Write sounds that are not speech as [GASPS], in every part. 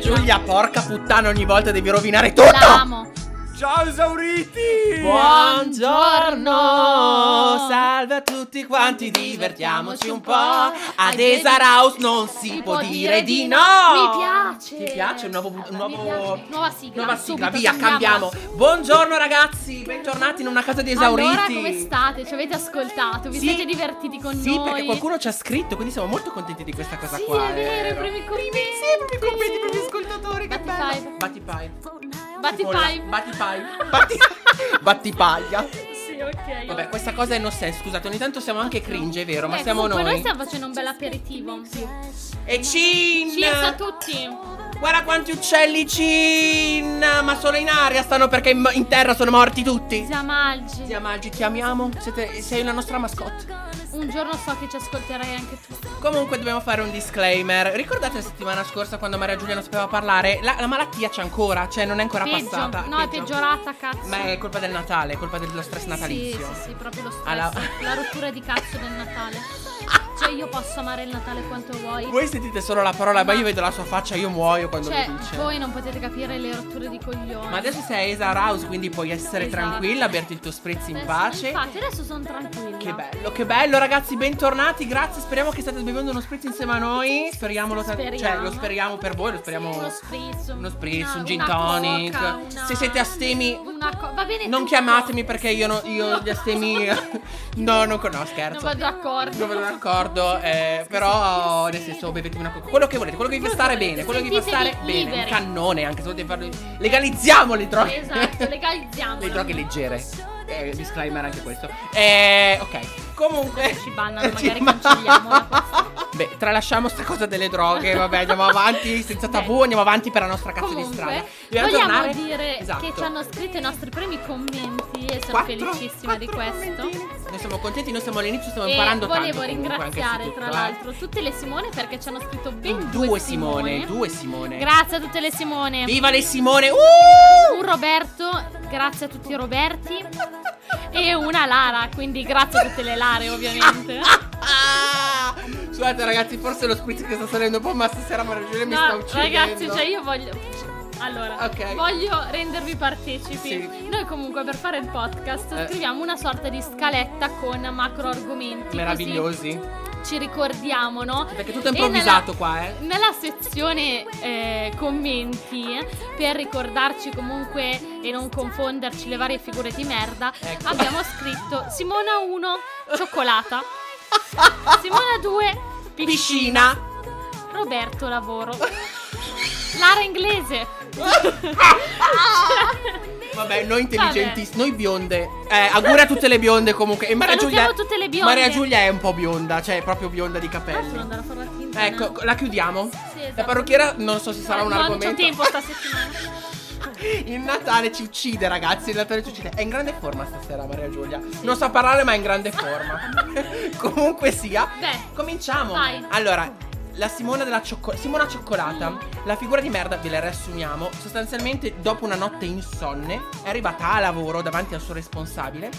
Giulia, porca puttana, ogni volta devi rovinare tutto! L'amo. Ciao esauriti! Buongiorno, salve a tutti quanti, divertiamoci un po'. Ad Esaraus non si può dire di no. Mi piace. Ti piace un nuovo... Un Allora, mi nuovo... piace. Nuova sigla. Nuova sigla, subito, via, cambiamola. cambiamola. Buongiorno ragazzi, bentornati in una casa di esauriti. Allora, come state? Ci avete ascoltato? Vi Sì. siete divertiti con sì, noi? perché qualcuno ci ha scritto, quindi siamo molto contenti di questa cosa Sì, qua. eh, è vero, i primi commenti. Sì, i primi commenti, i primi ascoltatori, che Battipai. bello. Battipai. Batti Tipo la- five. Battipai. Batti- Battipaglia. Sì, ok. Vabbè, questa cosa è no sense, scusate, ogni tanto siamo anche cringe, è vero, ma Eh, siamo comunque noi. noi stiamo facendo un bel aperitivo. Sì. E Cin! Cheers a tutti. Guarda quanti uccelli Cin! Ma solo in aria stanno perché in, in terra sono morti tutti. Zia Malgi. Zia Maggi, ti amiamo, Siete- sei la nostra mascotte. Un giorno so che ci ascolterai anche tu. Comunque dobbiamo fare un disclaimer. Ricordate la settimana scorsa quando Maria Giulia non sapeva parlare? La, la malattia c'è ancora, cioè non è ancora Peggio. passata. No, è peggiorata, cazzo. Ma è colpa del Natale, è colpa dello stress natalizio. Sì, sì, sì, proprio lo stress. Alla- La rottura di cazzo del [LAUGHS] Natale. Cioè, io posso amare il Natale quanto vuoi. Voi sentite solo la parola, ma Ma- io vedo la sua faccia, io muoio quando cioè, lo dice. voi non potete capire le rotture di coglioni. Ma adesso sei a Esa House, quindi puoi essere Esatto. tranquilla, berti il tuo spritz in Adesso- pace. Infatti, adesso sono tranquilla. Che bello, che bello ragazzi, bentornati, grazie, speriamo che state bevendo uno spritz insieme a noi, speriamolo, tra- cioè Speriamo. lo speriamo per voi, lo speriamo... Uno spritz, uno spritz, una- un gin una tonic. coca, una- Se siete astemi, una co- va bene Non tutto. chiamatemi perché io, no- [LAUGHS] io gli astemi... [LAUGHS] no, non conosco, Non scherzo. vado d'accordo. Non me ne accordo, eh, però nel senso bevetevi una coca, quello che volete, quello che vi fa stare bene, quello che vi fa stare Sentitevi bene, un liberi. cannone anche se volete farlo, legalizziamo le droghe, Esatto, legalizziamo. [LAUGHS] le droghe leggere, eh, disclaimer anche questo, eh, ok, comunque Ci bannano, Eh, Ci magari cancelliamo [LAUGHS] la posta. Beh, tralasciamo sta cosa [LAUGHS] delle droghe, vabbè, andiamo avanti senza tabù, Beh. andiamo avanti per la nostra cazzo Comunque, di strada. vogliamo Dobbiamo tornare- dire Esatto. che ci hanno scritto i nostri primi commenti e sono Quattro- felicissima di quattro questo. commentini. Noi siamo contenti, noi siamo all'inizio, stiamo E imparando volevo tanto. comunque, anche su ringraziare tutto, tra eh. l'altro tutte le Simone perché ci hanno scritto ben Due, Simone, due Simone. Grazie a tutte le Simone. Viva le Simone! Uh! un Roberto, grazie a tutti i Roberti. e una Lara, quindi grazie a tutte le Lare ovviamente. Ah! [LAUGHS] Scusate ragazzi, forse lo spritz che sta salendo un po', ma stasera Maria Giulia mi sta No, uccidendo. ragazzi, cioè io voglio. Allora, Ok. voglio rendervi partecipi. Sì. Noi comunque per fare il podcast Eh. scriviamo una sorta di scaletta con macro argomenti. Meravigliosi. Così ci ricordiamo, no? Perché tutto è E improvvisato nella- qua, eh. Nella sezione eh, commenti, per ricordarci comunque e non confonderci le varie figure di merda, Ecco. abbiamo scritto Simona 1, cioccolata. Simona 2, [LAUGHS] Piscina. [LAUGHS] Roberto lavoro. Lara inglese. [LAUGHS] Vabbè, noi intelligentissimi, noi bionde. Eh, auguri a tutte le bionde comunque. E Maria Salutiamo Giulia, tutte le bionde. Maria Giulia è un po' bionda, cioè è proprio bionda di Tra l'altro capelli. non andare a fare la tinta. Ecco, no? la chiudiamo. Sì, esatto. La parrucchiera non so se sarà un No, argomento. Non c'ho tempo [LAUGHS] sta settimana. Il Natale ci uccide, ragazzi. Il Natale ci uccide. È in grande forma stasera, Maria Giulia. Non sa parlare, ma è in grande forma. [LAUGHS] Comunque sia. Beh, Cominciamo. vai. Allora. La Simona della Ciocco- Simona Cioccolata, la figura di merda, ve la riassumiamo. Sostanzialmente, dopo una notte insonne, è arrivata a lavoro davanti al suo responsabile.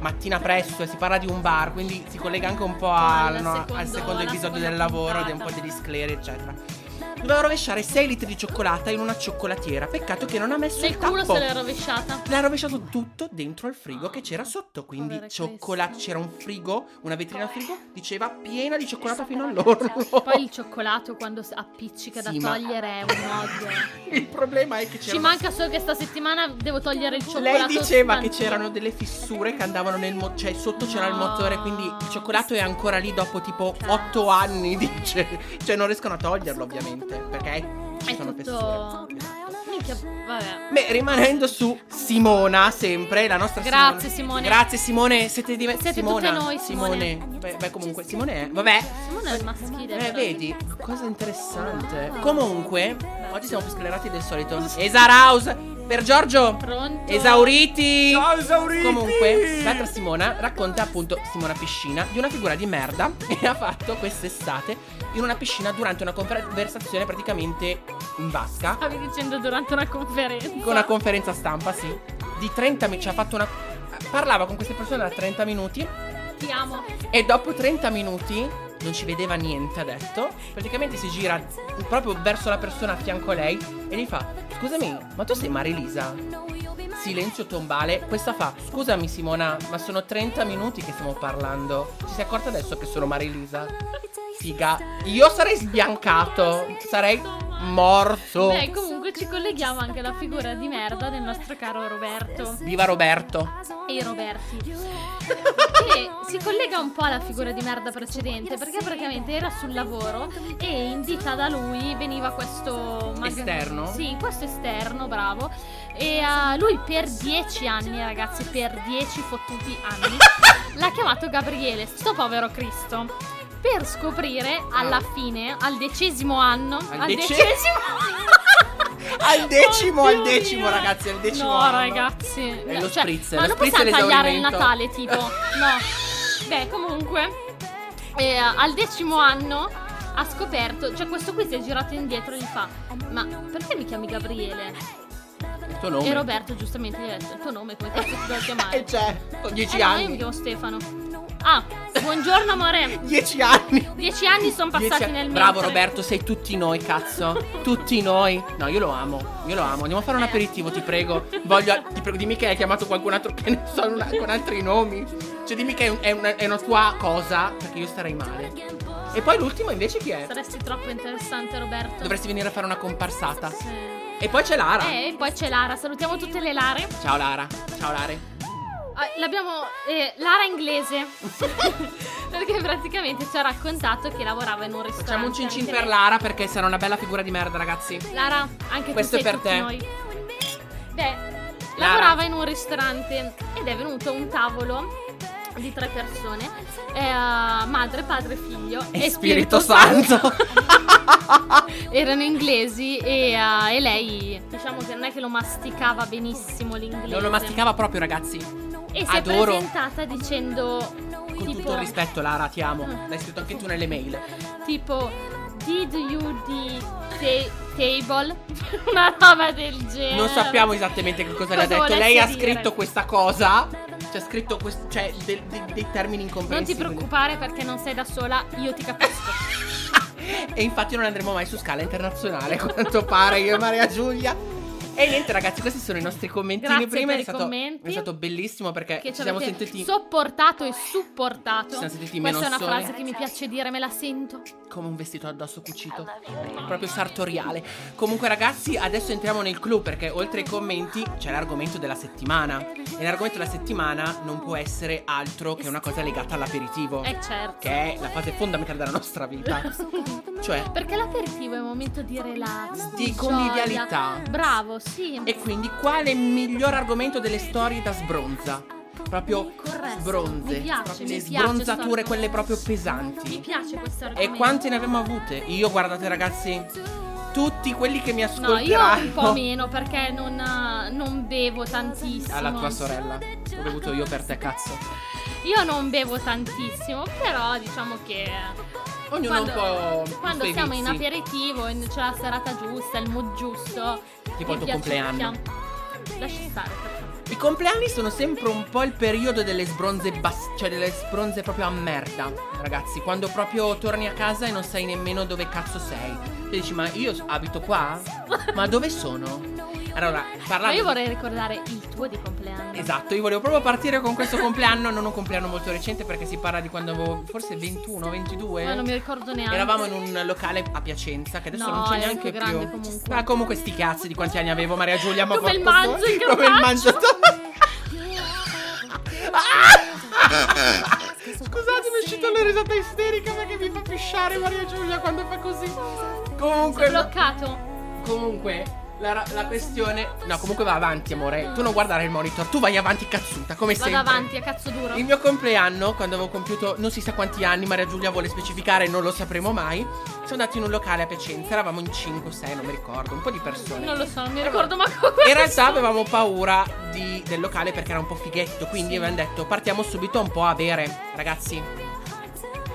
Mattina presto, e si parla di un bar, quindi si collega anche un po' al, Al no, al secondo- secondo alla episodio seconda del lavoro, di puntata. un po' degli scleri, eccetera. Doveva rovesciare 6 litri di cioccolata in una cioccolatiera. Peccato che non ha messo nel il culo tappo. se l'è rovesciata. L'ha rovesciato tutto dentro al frigo che c'era sotto. Quindi Povera cioccolata. Chris. C'era un frigo, una vetrina al frigo, diceva piena di cioccolata fino all'orlo. Poi il cioccolato quando s- appiccica da Sì, ma- Cioè, togliere è un [LAUGHS] odio. [LAUGHS] Il problema è che c'era. Ci manca solo che sta settimana devo togliere il cioccolato. Lei diceva spantino. che c'erano delle fissure che andavano nel motore, cioè sotto c'era il No. motore, quindi il cioccolato è ancora lì dopo tipo 8 anni, [LAUGHS] dice. Cioè non riescono a toglierlo ovviamente, perché ci È sono tutto. fessure. Minchia, vabbè. Beh, rimanendo su Simona, sempre la nostra Grazie, Simone. Simone. Grazie Simone, siete di Siete Simona. tutte noi, Simone. Beh, beh, comunque Simone è. Vabbè. Simone è il maschile. Eh, però. vedi, cosa interessante. Comunque, oggi siamo più sclerati del solito. Esaraus per Giorgio. Pronto? Esauriti. Ciao esauriti! Comunque, l'altra Simona racconta appunto Simona Piscina di una figura di merda [LAUGHS] che ha fatto quest'estate in una piscina durante una conversazione praticamente in vasca. Stavi dicendo durante una conferenza. Esatto. Con una conferenza stampa, sì. Di 30 minuti. Cioè, ha fatto una. Parlava con queste persone da 30 minuti. Ti amo. E dopo 30 minuti non ci vedeva niente, ha detto. Praticamente si gira proprio verso la persona a fianco a lei e gli fa: Scusami, ma tu sei Marilisa? Silenzio tombale. Questa fa: Scusami, Simona, ma sono 30 minuti che stiamo parlando. Ci sei accorta adesso che sono Marilisa? Figa, io sarei sbiancato. Sarei morto. Beh, comunque ci colleghiamo anche alla figura di merda del nostro caro Roberto. Viva Roberto. e i Roberti. che si collega un po' alla figura di merda precedente perché praticamente era sul lavoro e invita da lui veniva questo mag- Esterno? Sì, questo esterno, bravo. E a lui per dieci anni, ragazzi, per dieci fottuti anni, l'ha chiamato Gabriele, sto povero Cristo. Per scoprire alla fine, al decesimo anno, Ah. Al al, dece- [LAUGHS] decesimo Al decimo, al Oddio decimo, mio. ragazzi, al decimo No, anno. ragazzi. no, È lo cioè, spritz, Ma lo non spritz possiamo tagliare il all'esaurimento. Natale, [LAUGHS] tipo. No. Beh, comunque. eh, al decimo anno ha scoperto. Cioè, questo qui si è girato indietro e gli fa. Ma perché mi chiami Gabriele? Il tuo nome. E Roberto, giustamente, gli ha detto: Il tuo nome, come cazzo ti devo [LAUGHS] E chiamare? c'è, con Eh, no, io 10 mi certo. anni. chiamo Stefano. Ah, buongiorno amore. 10 anni. Dieci anni sono passati Dieci anni. nel mio. Bravo Roberto, sei tutti noi, cazzo. tutti noi. No, io lo amo. Io lo amo. Andiamo a fare un Eh. aperitivo, ti prego. Voglio. Ti prego, dimmi che hai chiamato qualcun altro che ne so, una- con altri nomi. Cioè, dimmi che è, un- è una, è una tua cosa, perché io starei male. E poi l'ultimo invece chi è? Saresti troppo interessante, Roberto. Dovresti venire a fare una comparsata. Sì. E poi c'è Lara. Eh, E poi c'è Lara, salutiamo tutte le Lare. Ciao Lara. Ciao Lare. Ah, L'abbiamo eh, Lara inglese. [LAUGHS] Perché praticamente ci ha raccontato che lavorava in un ristorante. Facciamo un cin cin anche per lei. Lara perché sarà una bella figura di merda, ragazzi. Lara, anche Questo tu è sei per tutti te. noi. Beh, Lara. lavorava in un ristorante ed è venuto un tavolo di tre persone, eh, madre, padre, figlio E Spirito Santo. [LAUGHS] Erano inglesi e, eh, e lei diciamo che non è che lo masticava benissimo l'inglese. Non lo masticava proprio, ragazzi. E si Adoro. è presentata dicendo Con tipo, tutto il rispetto, Lara, ti amo. Mm. L'hai scritto anche tu nelle mail. tipo Did you the ta- table? [LAUGHS] Una roba del genere. Non sappiamo esattamente che cosa, le ha detto. volesse Lei ha dire. scritto questa cosa. Cioè, ha scritto quest- cioè, de- de- dei termini Non ti incomprensibili. preoccupare perché non sei da sola, io ti capisco. [LAUGHS] E infatti non andremo mai su scala internazionale, [LAUGHS] a quanto pare, io e Maria Giulia. E niente, ragazzi, questi sono i nostri commentini. Grazie Prima per è, i stato, commenti. è stato bellissimo perché Che ci Eh, siamo avete sentiti sopportato e supportato. Ci siamo sentiti Questa è una menossoni. frase che mi piace dire, me la sento. come un vestito addosso cucito. Proprio sartoriale. Comunque, ragazzi, adesso entriamo nel clou perché oltre ai commenti c'è l'argomento della settimana. E l'argomento della settimana non può essere altro che una cosa legata all'aperitivo. Eh certo. Che è la fase fondamentale della nostra vita. Cioè, [LAUGHS] Perché l'aperitivo è un momento di relax, Di gioia. convivialità. Bravo, sì. e quindi quale miglior argomento delle storie da sbronza? Proprio Corretto. sbronze. Mi piace, proprio mi le piace sbronzature, sto quelle proprio Mi pesanti. piace questo E argomento. quante ne abbiamo avute? Io, guardate, ragazzi, tutti quelli che mi No, io ascolteranno. un po' meno perché non, non bevo tantissimo. [LAUGHS] alla tua sorella. L'ho bevuto io per te, cazzo. Io non bevo tantissimo, però diciamo che Ognuno quando, un po'. i quando suoi siamo in vizi. aperitivo, in- c'è la serata giusta, il mood giusto. Tipo mi il tuo piace- compleanno. pian- Lasci stare. per favore. I compleanni sono sempre un po' il periodo delle sbronze bas- cioè delle sbronze proprio a merda, ragazzi. Quando proprio torni a casa e non sai nemmeno dove cazzo sei. E dici, ma io abito [LAUGHS] qua? Ma dove sono? Allora, parlando. Ma io di- vorrei ricordare il tuo di compleanno. Esatto, io volevo proprio partire con questo compleanno, non un compleanno molto recente perché si parla di quando avevo forse 21, 22. Ma non mi ricordo neanche. Eravamo in un locale a Piacenza che adesso No, non c'è era neanche più grande più. comunque. Ma comunque sti cazzi di quanti anni avevo Maria Giulia, ma Come il porco manzo so- in come il grazia. manzo. [LAUGHS] Ah! [LAUGHS] Scusate, mi è uscita la risata isterica perché mi fa pisciare Maria Giulia quando fa così. Sono Comunque, bloccato. comunque la, ra- la questione No, comunque va avanti, amore. Tu non guardare il monitor, tu vai avanti cazzuta, come Vado sempre. avanti a cazzo duro. Il mio compleanno, quando avevo compiuto non si sa quanti anni, Maria Giulia vuole specificare, non lo sapremo mai. Sono andati in un locale a Piacenza, eravamo in 5 o 6, non mi ricordo, un po' di persone. Non lo so, non mi ricordo ma come. Ecco, In realtà avevamo paura di- del locale perché era un po' fighetto, quindi avevamo detto partiamo subito un po' a bere, ragazzi.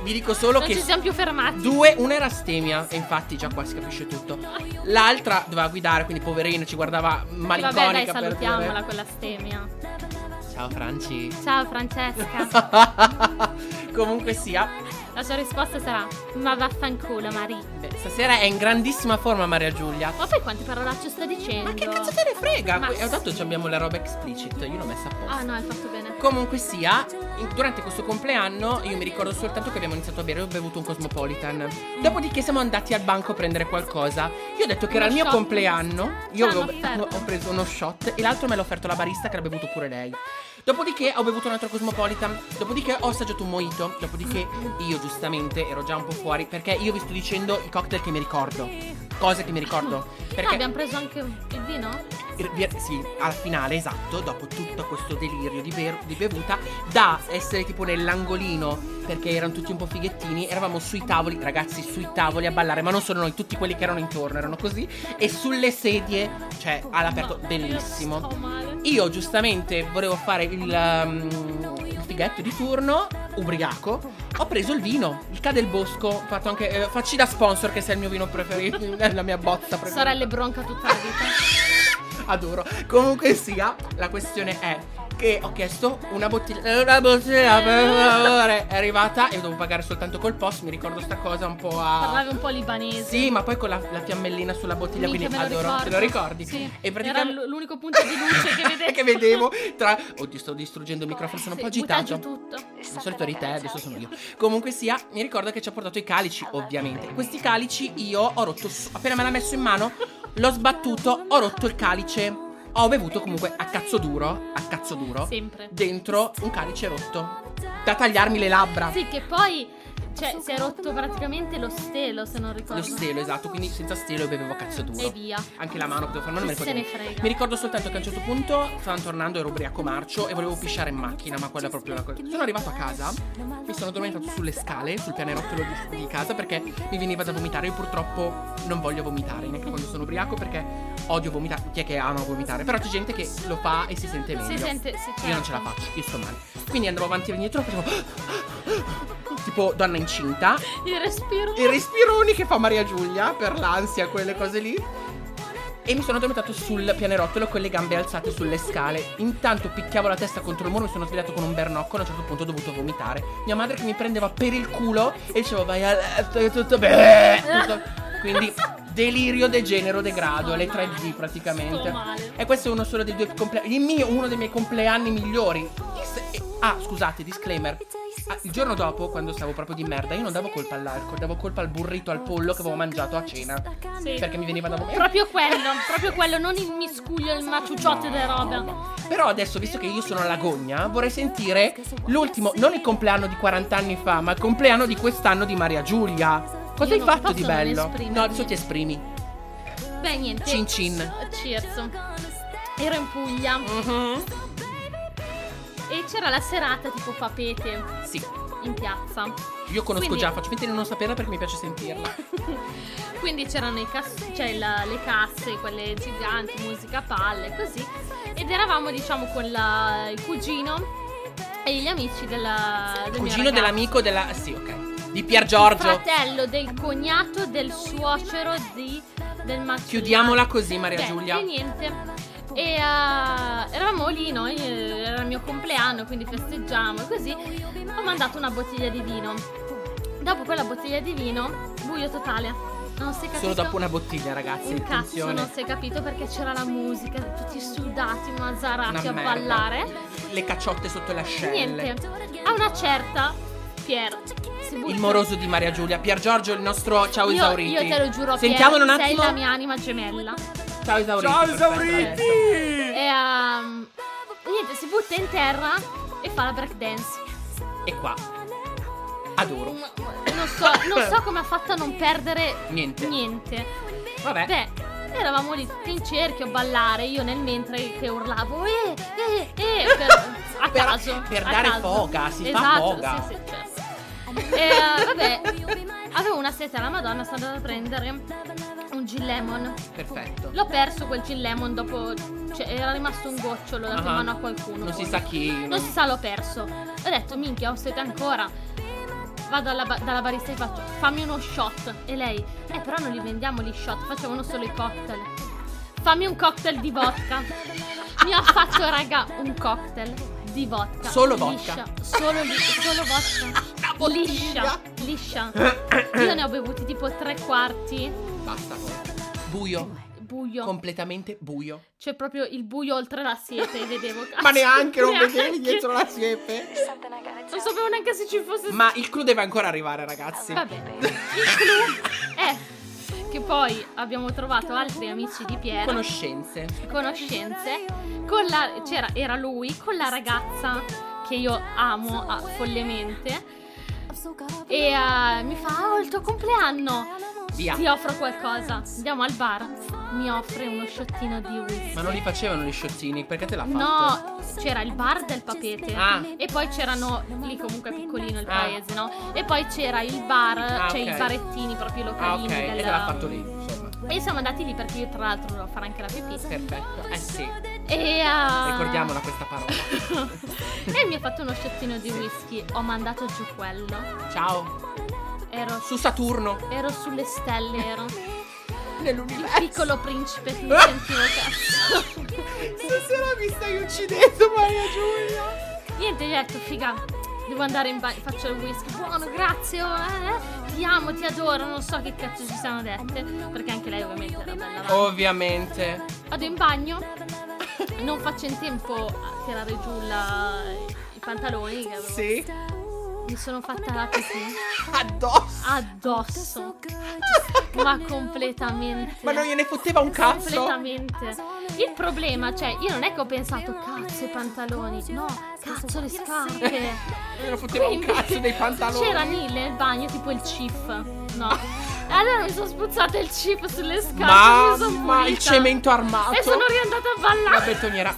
Vi dico solo Non che ci siamo più fermati. due, una era astemia, e infatti già qua si capisce tutto. L'altra doveva guidare, quindi poverino ci guardava malinconica Vabbè, dai, per salutiamola quella stemia. dire. Ciao Franci. [LAUGHS] Ciao Francesca. Comunque sia, La sua risposta sarà: Ma vaffanculo, Marie. Beh, stasera è in grandissima forma Maria Giulia. Ma poi quante parolacce sta dicendo? Ma che cazzo te ne frega? Ma E ho sì. detto ci abbiamo la roba explicit, io l'ho messa apposta. Ah, no, hai fatto bene. Comunque sia, in- durante questo compleanno io mi ricordo soltanto che abbiamo iniziato a bere, ho bevuto un Cosmopolitan. Mm. Dopodiché siamo andati al banco a prendere qualcosa. Io ho detto che era il Uno mio shot. compleanno, io Ah, avevo- l'offerta. ho preso uno shot e l'altro me l'ha offerto la barista che l'ha bevuto pure lei. Dopodiché ho bevuto un altro Cosmopolitan, dopodiché ho assaggiato un mojito, dopodiché io giustamente ero già un po' fuori perché io vi sto dicendo i cocktail che mi ricordo, cose che mi ricordo. No, Perché abbiamo preso anche il vino? il bier- Sì, alla finale, esatto, dopo tutto questo delirio di, ver- di bevuta, da essere tipo nell'angolino, perché erano tutti un po' fighettini, eravamo sui tavoli, ragazzi, sui tavoli a ballare, ma non solo noi, tutti quelli che erano intorno erano così, e sulle sedie, cioè all'aperto, No, io bellissimo. sto male. Io giustamente volevo fare il, um, il fighetto di turno, ubriaco, ho preso il vino, il Ca del Bosco, ho fatto anche, eh, facci da sponsor che sei il mio vino preferito, [LAUGHS] è la mia bozza preferita. Sorelle bronca tutta la [LAUGHS] vita. Adoro. Comunque sia, la questione è che ho chiesto una bottiglia. Una bottiglia per favore. È arrivata e devo pagare soltanto col post. Mi ricordo sta cosa un po' a. Parlavi un po' libanese. Ah. Sì, ma poi con la, la fiammellina sulla bottiglia, Minchia, quindi me lo adoro. ricordo. Te lo ricordi? Sì. E Era praticamente. l- l'unico punto di luce [LAUGHS] che vedevo. che vedevo tra. Oddio, sto distruggendo il microfono, sono un po' Sì, agitato. butta giù tutto. Di solito eri te, adesso sono io. Comunque sia, mi ricordo che ci ha portato i Ah, calici, ovviamente. Questi calici io ho rotto, su- appena me l'ha messo in mano, l'ho sbattuto, ho rotto il calice. Ho bevuto comunque a cazzo duro, a cazzo duro, Sempre. dentro un calice rotto. Da tagliarmi le labbra. Sì, che poi cioè, si è rotto praticamente lo stelo, se non ricordo. Lo stelo, esatto, quindi senza stelo io bevevo a cazzo E duro. via. Anche la mano che devo fare, ma non mi Chi ricordo. se ne niente. frega. Mi ricordo soltanto che a un certo punto stavano tornando, ero ubriaco marcio e volevo pisciare in macchina, ma quella è proprio la cosa. Sono arrivato a casa, mi sono addormentato sulle scale, sul pianerottolo di, di casa perché mi veniva da vomitare. Io purtroppo non voglio vomitare neanche quando sono ubriaco perché odio vomitare. Chi è che ama vomitare? Però c'è gente che lo fa e si sente meglio. Si sente. sì, certo. Io non ce la faccio, io sto male. Quindi andavo avanti e indietro, facevo. [GASPS] Tipo donna incinta Il respiro. i respironi che fa Maria Giulia per l'ansia, quelle cose lì. E mi sono addormentato sul pianerottolo con le gambe alzate sulle scale. Intanto picchiavo la testa contro il muro, mi sono svegliato con un bernocco. A un certo punto ho dovuto vomitare. Mia madre che mi prendeva per il culo e dicevo vai a letto, è tutto bene. Tutto- Quindi delirio, degenero, degrado, le 3G Sto praticamente. male. E questo è uno solo dei due compleanni. Il mio, uno dei miei compleanni migliori. Chi se- eh, Ah, scusate, disclaimer. Ah, il giorno dopo, quando stavo proprio di merda, io non davo colpa all'alcol, davo colpa al burrito al pollo che avevo mangiato a cena. Sì. Perché mi veniva da vomitare. Proprio quello, proprio quello, non il miscuglio, il maciucciotto delle robe. Però adesso, visto che io sono alla gogna, vorrei sentire l'ultimo, non il compleanno di 40 anni fa, ma il compleanno di quest'anno di Maria Giulia. Cosa Io hai non fatto posso di non bello? esprimermi. No, adesso ti esprimi. Beh, niente. Cin cin. Cheers. Ero in Puglia e c'era la serata tipo papete Sì, in piazza. io conosco Quindi- già, faccio finta di non saperla perché mi piace sentirla. Quindi c'erano i cass- cioè la- le casse, quelle giganti, musica a palle, così. Ed eravamo, diciamo, con la- il cugino e gli amici della, del mio Cugino ragazzo. dell'amico della... Sì, ok. Di Pier Giorgio. Fratello del cognato del suocero di, del matrimonio. Chiudiamola così, Maria Beh, Giulia. E niente. E eh, eravamo lì noi, eh, era il mio compleanno, quindi festeggiamo e così. Ho mandato una bottiglia di vino. Dopo quella bottiglia di vino, buio totale. Non si è capito. Solo dopo una bottiglia, ragazzi. un cazzo, non attenzione. si è capito perché c'era la musica, tutti sudati, mazzarati Una a merda. ballare. Le cacciotte sotto le ascelle. Niente. A una certa, Pier. si butta- Il moroso di Maria Giulia. Pier Giorgio, il nostro ciao io, esauriti. io te lo giuro, Sentiamolo Pier, un attimo. sei la mia anima gemella. Ciao esauriti. Ciao perfetto, esauriti! adesso. E ehm, niente, si butta in terra e fa la break dance. E qua. Adoro. Non so, non so come ha fatto a non perdere Niente. niente. Vabbè. Beh, eravamo lì tutti in cerchio a ballare, io nel mentre che urlavo eh, eh, eh, per, a Per- caso. per a dare caso. foga, si fa esatto, foga. Sì, sì, certo. E, eh, vabbè, avevo una sete alla Madonna, sono andata a prendere un gin lemon. Perfetto. L'ho perso quel gin lemon dopo. Cioè, era rimasto un gocciolo, l'ho dato in Ah. mano a qualcuno. Non si poi. sa chi. Non si sa, l'ho perso. Ho detto, minchia, ho sete ancora. Vado alla, ba- dalla barista e faccio, fammi uno shot. E lei, eh, però non li vendiamo gli shot, facevano solo i cocktail. Fammi un cocktail di vodka. Mi ha fatto, raga, un cocktail di vodka. Solo Liscia, vodka. [LAUGHS] Solo, li- solo vodka. Una liscia, liscia. [LAUGHS] Io ne ho bevuti tipo tre quarti. Basta. Buio. Buio. Completamente buio. C'è proprio il buio oltre la siepe, vedevo. [LAUGHS] Ma neanche non Ah, Neanche. vedevi dietro la siepe. Non sapevo neanche se ci fosse Ma il clou deve ancora arrivare, ragazzi. Vabbè, il clou è che poi abbiamo trovato altri amici di Piero, Conoscenze. conoscenze, con la- c'era, era lui con la ragazza che io amo ah, follemente e eh, mi fa, oh il tuo compleanno, Via. ti offro qualcosa, andiamo al bar, mi offre uno sciottino di whisky. Ma non li facevano gli sciottini, perché te l'ha fatto? No, c'era il bar del papete Ah. e poi c'erano lì comunque è piccolino il Ah. paese, no? E poi c'era il bar, Ah, cioè ok. i barettini proprio Ah, localini ok. E te del- l'ha fatto lì, insomma. E siamo andati lì perché io tra l'altro devo fare anche la pipì. Perfetto. Eh sì. E ah, Ricordiamola questa parola. [LAUGHS] e mi ha fatto uno sciottino di whisky. Ho mandato giù quello. Ciao. Ero, Su Saturno. ero sulle stelle, ero il Nell'universo. piccolo principe che mi sentivo cazzo. Stasera mi stai uccidendo, Maria Giulia. Niente, gli ho detto, figa, devo andare in bagno, faccio il whisky. Buono, grazie, oh, eh, ti amo, ti adoro, non so che cazzo ci siamo dette. Perché anche lei ovviamente era bella. va. Ovviamente. Vado in bagno, non faccio in tempo a tirare giù la- i pantaloni. che avevo- Sì. Mi sono fatta la pipì Addosso. addosso. Ma completamente. [LAUGHS] Ma non gliene fotteva un Esatto. cazzo. Completamente. Il problema, cioè, io non è che ho pensato, cazzo, i pantaloni. No, cazzo, le scarpe. Gliene fotteva un Quindi- cazzo dei pantaloni. C'era lì nel bagno, tipo il cif. No. E Allora mi sono spruzzato il cif sulle scarpe. mi sono Mamma, il pulita. cemento armato. E sono riandata a La ballare. betoniera.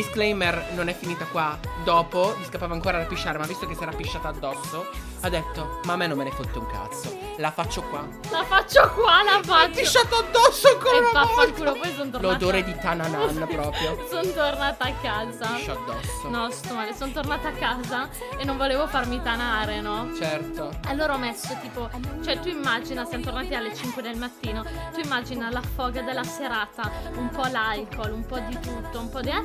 Disclaimer, non è finita qua. Dopo gli scappava ancora da pisciare, ma visto che si era pisciata addosso, ha detto: Ma a me non me ne fotte un cazzo. La faccio qua. La faccio qua, la Ha faccio. pisciato addosso Ah, ancora E una vaffanculo, volta. poi sono tornata. L'odore di Tananan [LAUGHS] proprio. sono tornata a casa. Piscio addosso. No, sto male, sono tornata a casa e non volevo farmi tanare, no? Certo. Allora ho messo tipo, cioè tu immagina, siamo tornati alle 5 del mattino, tu immagina la foga della serata, un po' l'alcol, un po' di tutto, un po' di... eh,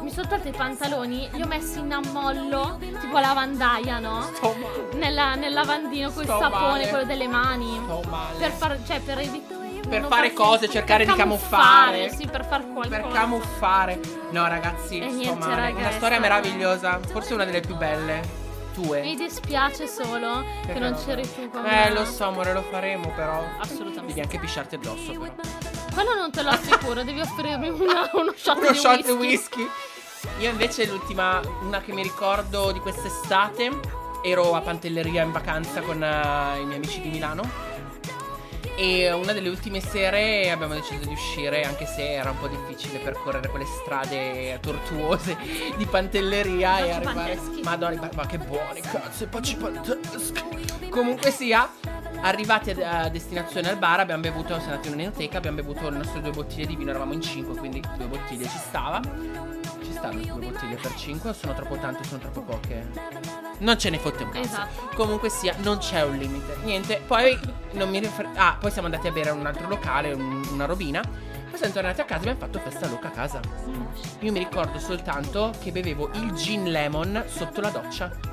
Mi sono tolta i pantaloni, li ho messi in ammollo, tipo a lavandaia, no? Sto male. Nella- nel lavandino col Sto sapone, male. quello delle mani. Sto male. Per far, cioè per evitare... Per fare cose, cercare di camuffare. Sì, per far qualcosa. Per camuffare. No, ragazzi, E sto niente, male. raga, una è storia stato- meravigliosa. Forse una delle più belle. Tue. Mi dispiace solo che non Però- c'eri tu con me. Eh, lo so, amore, lo faremo, però. Devi Assolutamente. anche pisciarti addosso, [LAUGHS] però. Quello non te lo assicuro, devi offrirmi una- uno shot Uno di shot whisky. di whisky. Io invece l'ultima, una che mi ricordo di quest'estate, ero a Pantelleria in vacanza con eh, i miei amici di Milano. E una delle ultime sere abbiamo deciso di uscire, anche se era un po' difficile percorrere quelle strade tortuose di Pantelleria e Baci arrivare. panteschi. Madonna, i bar- ma che buoni, cazzo, i baci panteschi. Comunque sia, Arrivati a, a destinazione al bar, abbiamo bevuto, siamo andati in un'enoteca, abbiamo bevuto le nostre due bottiglie di vino, eravamo in 5, quindi due bottiglie ci stava. Ci stanno due bottiglie per 5 o sono troppo tante o sono troppo poche? Non ce ne fotte un cazzo. Esatto. Comunque sia, non c'è un limite. Niente, poi non mi rifer- Ah, poi siamo andati a bere a un altro locale, un- una robina. Poi siamo tornati a casa e abbiamo fatto festa loca a casa. Io mi ricordo soltanto che bevevo il gin lemon sotto la doccia.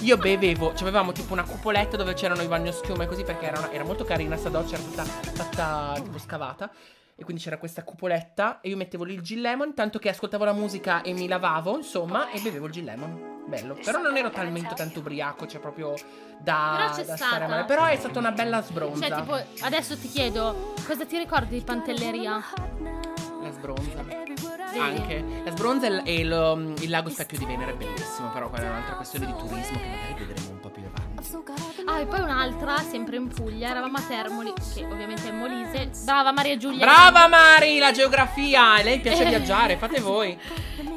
Io bevevo, cioè avevamo tipo una cupoletta dove c'erano i bagnoschiuma e così perché era, una- era molto carina sta doccia, era tutta fatta tipo scavata. E quindi c'era questa cupoletta e io mettevo lì il gin lemon, tanto che ascoltavo la musica e mi lavavo, insomma, e bevevo il gin lemon. Bello. Però non ero talmente tanto ubriaco, cioè proprio da, Però c'è da stata. stare male. Però è stata una bella sbronza. Cioè, tipo, adesso ti chiedo, cosa ti ricordi di Pantelleria? La sbronza. Vedi? Anche la sbronza e l- e lo- il lago Specchio di Venere è bellissimo, però quella è un'altra questione di turismo che magari vedremo un po' più avanti. Ah, e poi un'altra, sempre in Puglia, eravamo a Termoli, che ovviamente è Molise. Brava Maria Giulia. Brava Mari, la geografia! A Lei piace [LAUGHS] Eh. viaggiare, fate voi.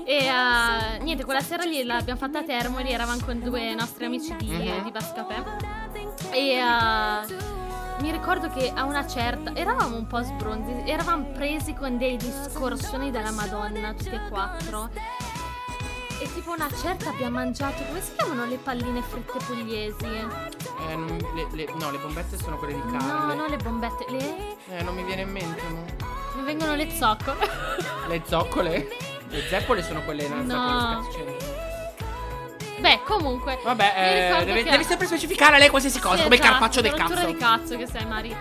E eh, niente, quella sera lì l'abbiamo fatta a Termoli, eravamo con due nostri amici di, Mhm. di Bascapè. E eh, mi ricordo che a una certa eravamo un po' sbronzi, eravamo presi con dei discorsoni della Madonna, tutti e quattro. E tipo una certa abbiamo mangiato, come si chiamano le palline fritte pugliesi? Eh, non- le- le- no, le bombette sono quelle di No, carne. no, le bombette, le... Eh, non mi viene in mente. no. mi vengono le zocco. [LAUGHS] Le zoccole? Le zeppole sono quelle in alza No. con le scazzi- cioè, Beh, comunque. mi Vabbè, eh, ricordo deve- che- devi sempre specificare a lei qualsiasi cosa, Sì, come il esatto, carpaccio del rottura cazzo. di cazzo che sei, Mari.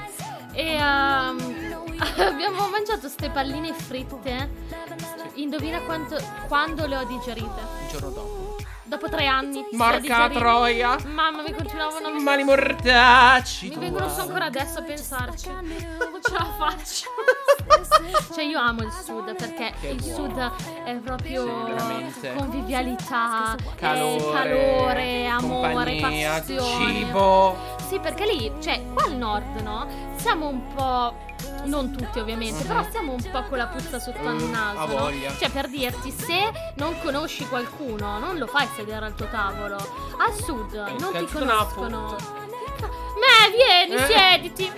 E ehm, [LAUGHS] abbiamo mangiato ste palline fritte. Indovina quanto, quando le ho digerite. Il giorno dopo. Dopo tre anni. le ho Marca digerite. troia. Mamma, mi continuavano a Mali mortacci. mi tu. vengono su ancora adesso a pensarci. [LAUGHS] Non ce la faccio. cioè, io amo il sud perché Che il buono. sud è proprio Sì, veramente. convivialità, eh, Calore, calore, amore, compagnia, passione. cibo. Sì, perché lì, cioè, qua al nord, no? Siamo un po'. Non tutti ovviamente, Mhm. però siamo un po' con la puzza sotto al Mm, naso. ha no? voglia. Cioè, per dirti, se non conosci qualcuno, non lo fai sedere al tuo tavolo. Al sud Eh, non ti cazzo, no, conoscono. Beh, vieni, Eh. siediti.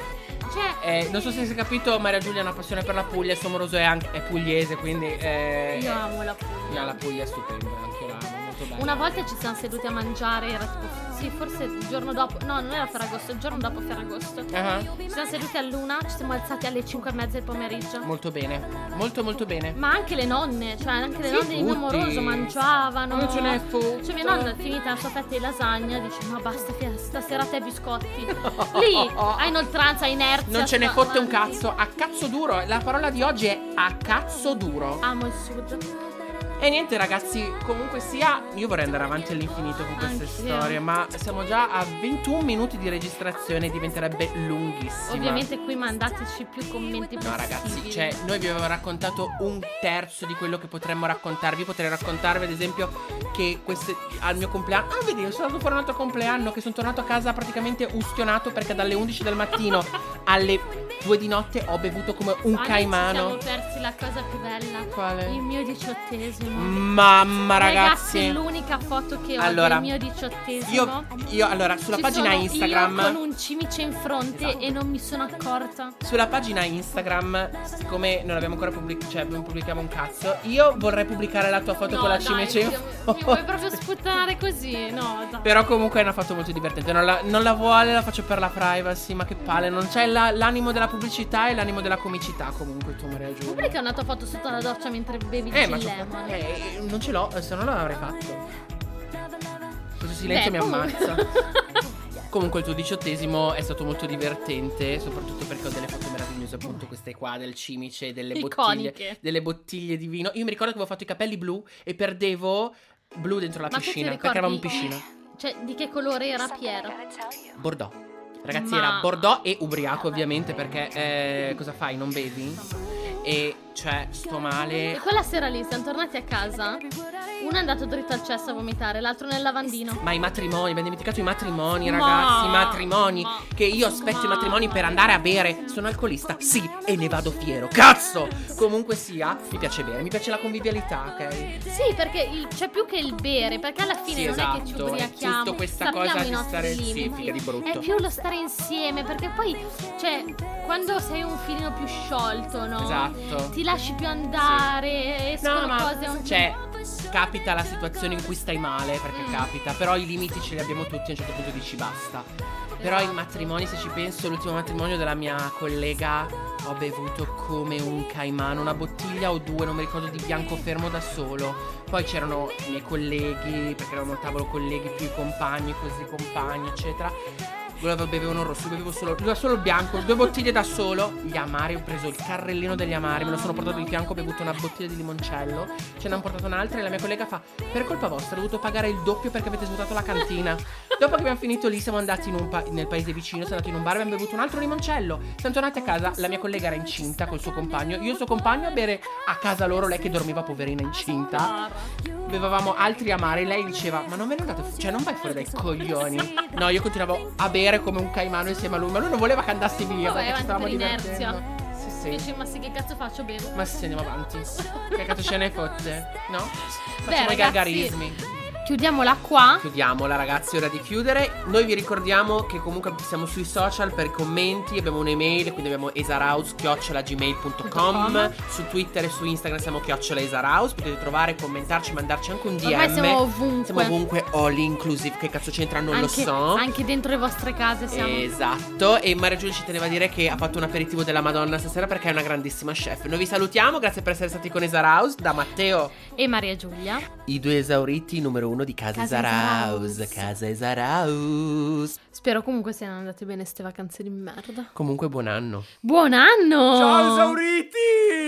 Cioè, Eh, non so se si è capito, Maria Giulia ha una passione per la Puglia, il suo moroso è, anche, è pugliese, quindi... Eh, io amo la no, la Puglia. Puglia è stupenda, anche io la amo, molto bella. Una volta ci siamo seduti a mangiare, era tipo, sì, forse il giorno dopo, no, non era Ferragosto, il giorno dopo Ferragosto. Ah, Ci siamo seduti a luna, ci siamo alzati alle 5 e mezza del pomeriggio. ah, Molto bene, molto molto bene. Ma anche le nonne, cioè anche le Sì, nonne di mio tutti. moroso mangiavano. Non ce n'è fottuto. Cioè mia [LAUGHS] nonna è finita la sua fetta di lasagna, dice ma basta fia- stasera te biscotti. [LAUGHS] Lì a inoltranza, a inerzia. Non ce ne sta- fotte un avanti. cazzo, a cazzo duro, la parola di oggi è a cazzo duro. Amo il sud. E niente ragazzi, comunque sia, io vorrei andare avanti all'infinito con queste Anch'io. storie, ma siamo già a 21 minuti di registrazione, diventerebbe lunghissima. Ovviamente qui mandateci più commenti No possibili. ragazzi, cioè noi vi avevamo raccontato un terzo di quello che potremmo raccontarvi. Potrei raccontarvi ad esempio che queste, al mio compleanno... Ah vedi, sono andato a fare un altro compleanno che sono tornato a casa praticamente ustionato perché dalle 11 del [LAUGHS] mattino alle 2 di notte ho bevuto come un Ah, noi caimano. Ci siamo persi la cosa più bella. Il Quale? mio diciottesimo. Mamma Ragazzi, Mm, ragazzi. l'unica foto che ho Allora, del mio diciottesimo. Io, io allora sulla Ci pagina sono Instagram... Io con un cimice in fronte Esatto. e non mi sono accorta. Sulla pagina Instagram, siccome non abbiamo ancora pubblicato, cioè non pubblichiamo un cazzo, io vorrei pubblicare la tua foto No, con la dai, cimice. in mi- Mi fronte. vuoi proprio sputtanare così? No, dai. Però comunque è una foto molto divertente. Non la, non la vuole, la faccio per la privacy, ma che palle. Non c'è la- l'animo della pubblicità e l'animo della comicità comunque, tu Maria Giulia. Pubblica una tua foto sotto la doccia mentre bevi Eh, il ma c'ho- lemon. eh, non ce l'ho, eh, se no l'avrei fatto. Questo silenzio Beh, mi comunque- ammazza. Comunque il tuo diciottesimo è stato molto divertente, soprattutto perché ho delle foto meravigliose, appunto queste qua del cimice, delle Iconiche. bottiglie, delle bottiglie di vino. Io mi ricordo che avevo fatto i capelli blu e perdevo blu dentro la [LAUGHS] Ma tu ti piscina, perché ricordi- eravamo in piscina. Cioè, di che colore era Eh. Piero? Bordeaux. Ragazzi, Ma- era Bordeaux e ubriaco, ovviamente, perché eh, cosa fai? Non bevi? E cioè, sto E male. quella sera lì siamo tornati a casa. Uno è andato dritto al cesso a vomitare, l'altro nel lavandino. Ma i matrimoni, abbiamo dimenticato i matrimoni, Ma- ragazzi. I matrimoni. ma- che io aspetto i ma- matrimoni per andare a bere. Sono alcolista, sì, e ne vado fiero. Cazzo! Comunque sia, mi piace bere, mi piace la convivialità, ok? Sì, perché il- c'è più che il bere, perché alla fine Sì, non esatto. è che ci ubriachiamo. È tutto questa sappiamo cosa i di nostri stare- sì, limiti. figa di brutto. È più lo stare insieme, perché poi, cioè, quando sei un filino più sciolto, no? Esatto. Ti lasci più andare, escono cose un cioè, capita la situazione in cui stai male, perché Mm. capita, però i limiti ce li abbiamo tutti, a un certo punto dici basta. Però i Esatto. matrimoni, se ci penso, l'ultimo matrimonio della mia collega ho bevuto come un caimano, una bottiglia o due, non mi ricordo, di bianco fermo da solo. Poi c'erano i miei colleghi, perché eravamo a tavolo colleghi, più i compagni, così i compagni, eccetera. Volevo bevevano il rosso, io bevevo solo, io solo il bianco, due bottiglie da solo. Gli amari, ho preso il carrellino degli amari, me lo sono portato di fianco, ho bevuto una bottiglia di limoncello. Ce ne hanno portato un'altra e la mia collega fa: Per colpa vostra, ho dovuto pagare il doppio perché avete svuotato la cantina. Dopo che abbiamo finito lì, siamo andati in un pa- nel paese vicino, siamo andati in un bar, abbiamo bevuto un altro limoncello. Siamo tornati a casa, la mia collega era incinta col suo compagno, io e il suo compagno a bere a casa loro, lei che dormiva poverina incinta. ah, Bevevamo altri amari, lei diceva: Ma non ve ne andate, fu- cioè non vai fuori dai coglioni. No, io continuavo a bere come un caimano insieme a lui, ma lui non voleva che andassi via. Vabbè, perché avanti ci stavamo per inerzia. divertendo. Sì, sì. Dici, ma sì, che cazzo faccio? Bevo. Ma sì, andiamo avanti. Che cazzo ce ne fotte? No? Facciamo i ragazzi. gargarismi. Chiudiamola qua. Chiudiamola ragazzi, è ora di chiudere. Noi vi ricordiamo che comunque siamo sui social per i commenti, abbiamo un'email, quindi abbiamo esaraus@gmail.com, su Twitter e su Instagram siamo chiocciolaesaraus, potete trovare, commentarci, mandarci anche un DM. Ormai siamo ovunque. Siamo ovunque all inclusive, che cazzo c'entra non lo anche, so. anche dentro le vostre case siamo. Esatto, e Maria Giulia ci teneva a dire che ha fatto un aperitivo della Madonna stasera perché è una grandissima chef. Noi vi salutiamo, grazie per essere stati con Esaraus, da Matteo. e Maria Giulia. I due esauriti numero uno di Casa Casa Esaraus. Esaraus. Casa Esaraus. Spero comunque siano andate bene ste vacanze di merda. Comunque, buon anno. Buon anno! Ciao esauriti!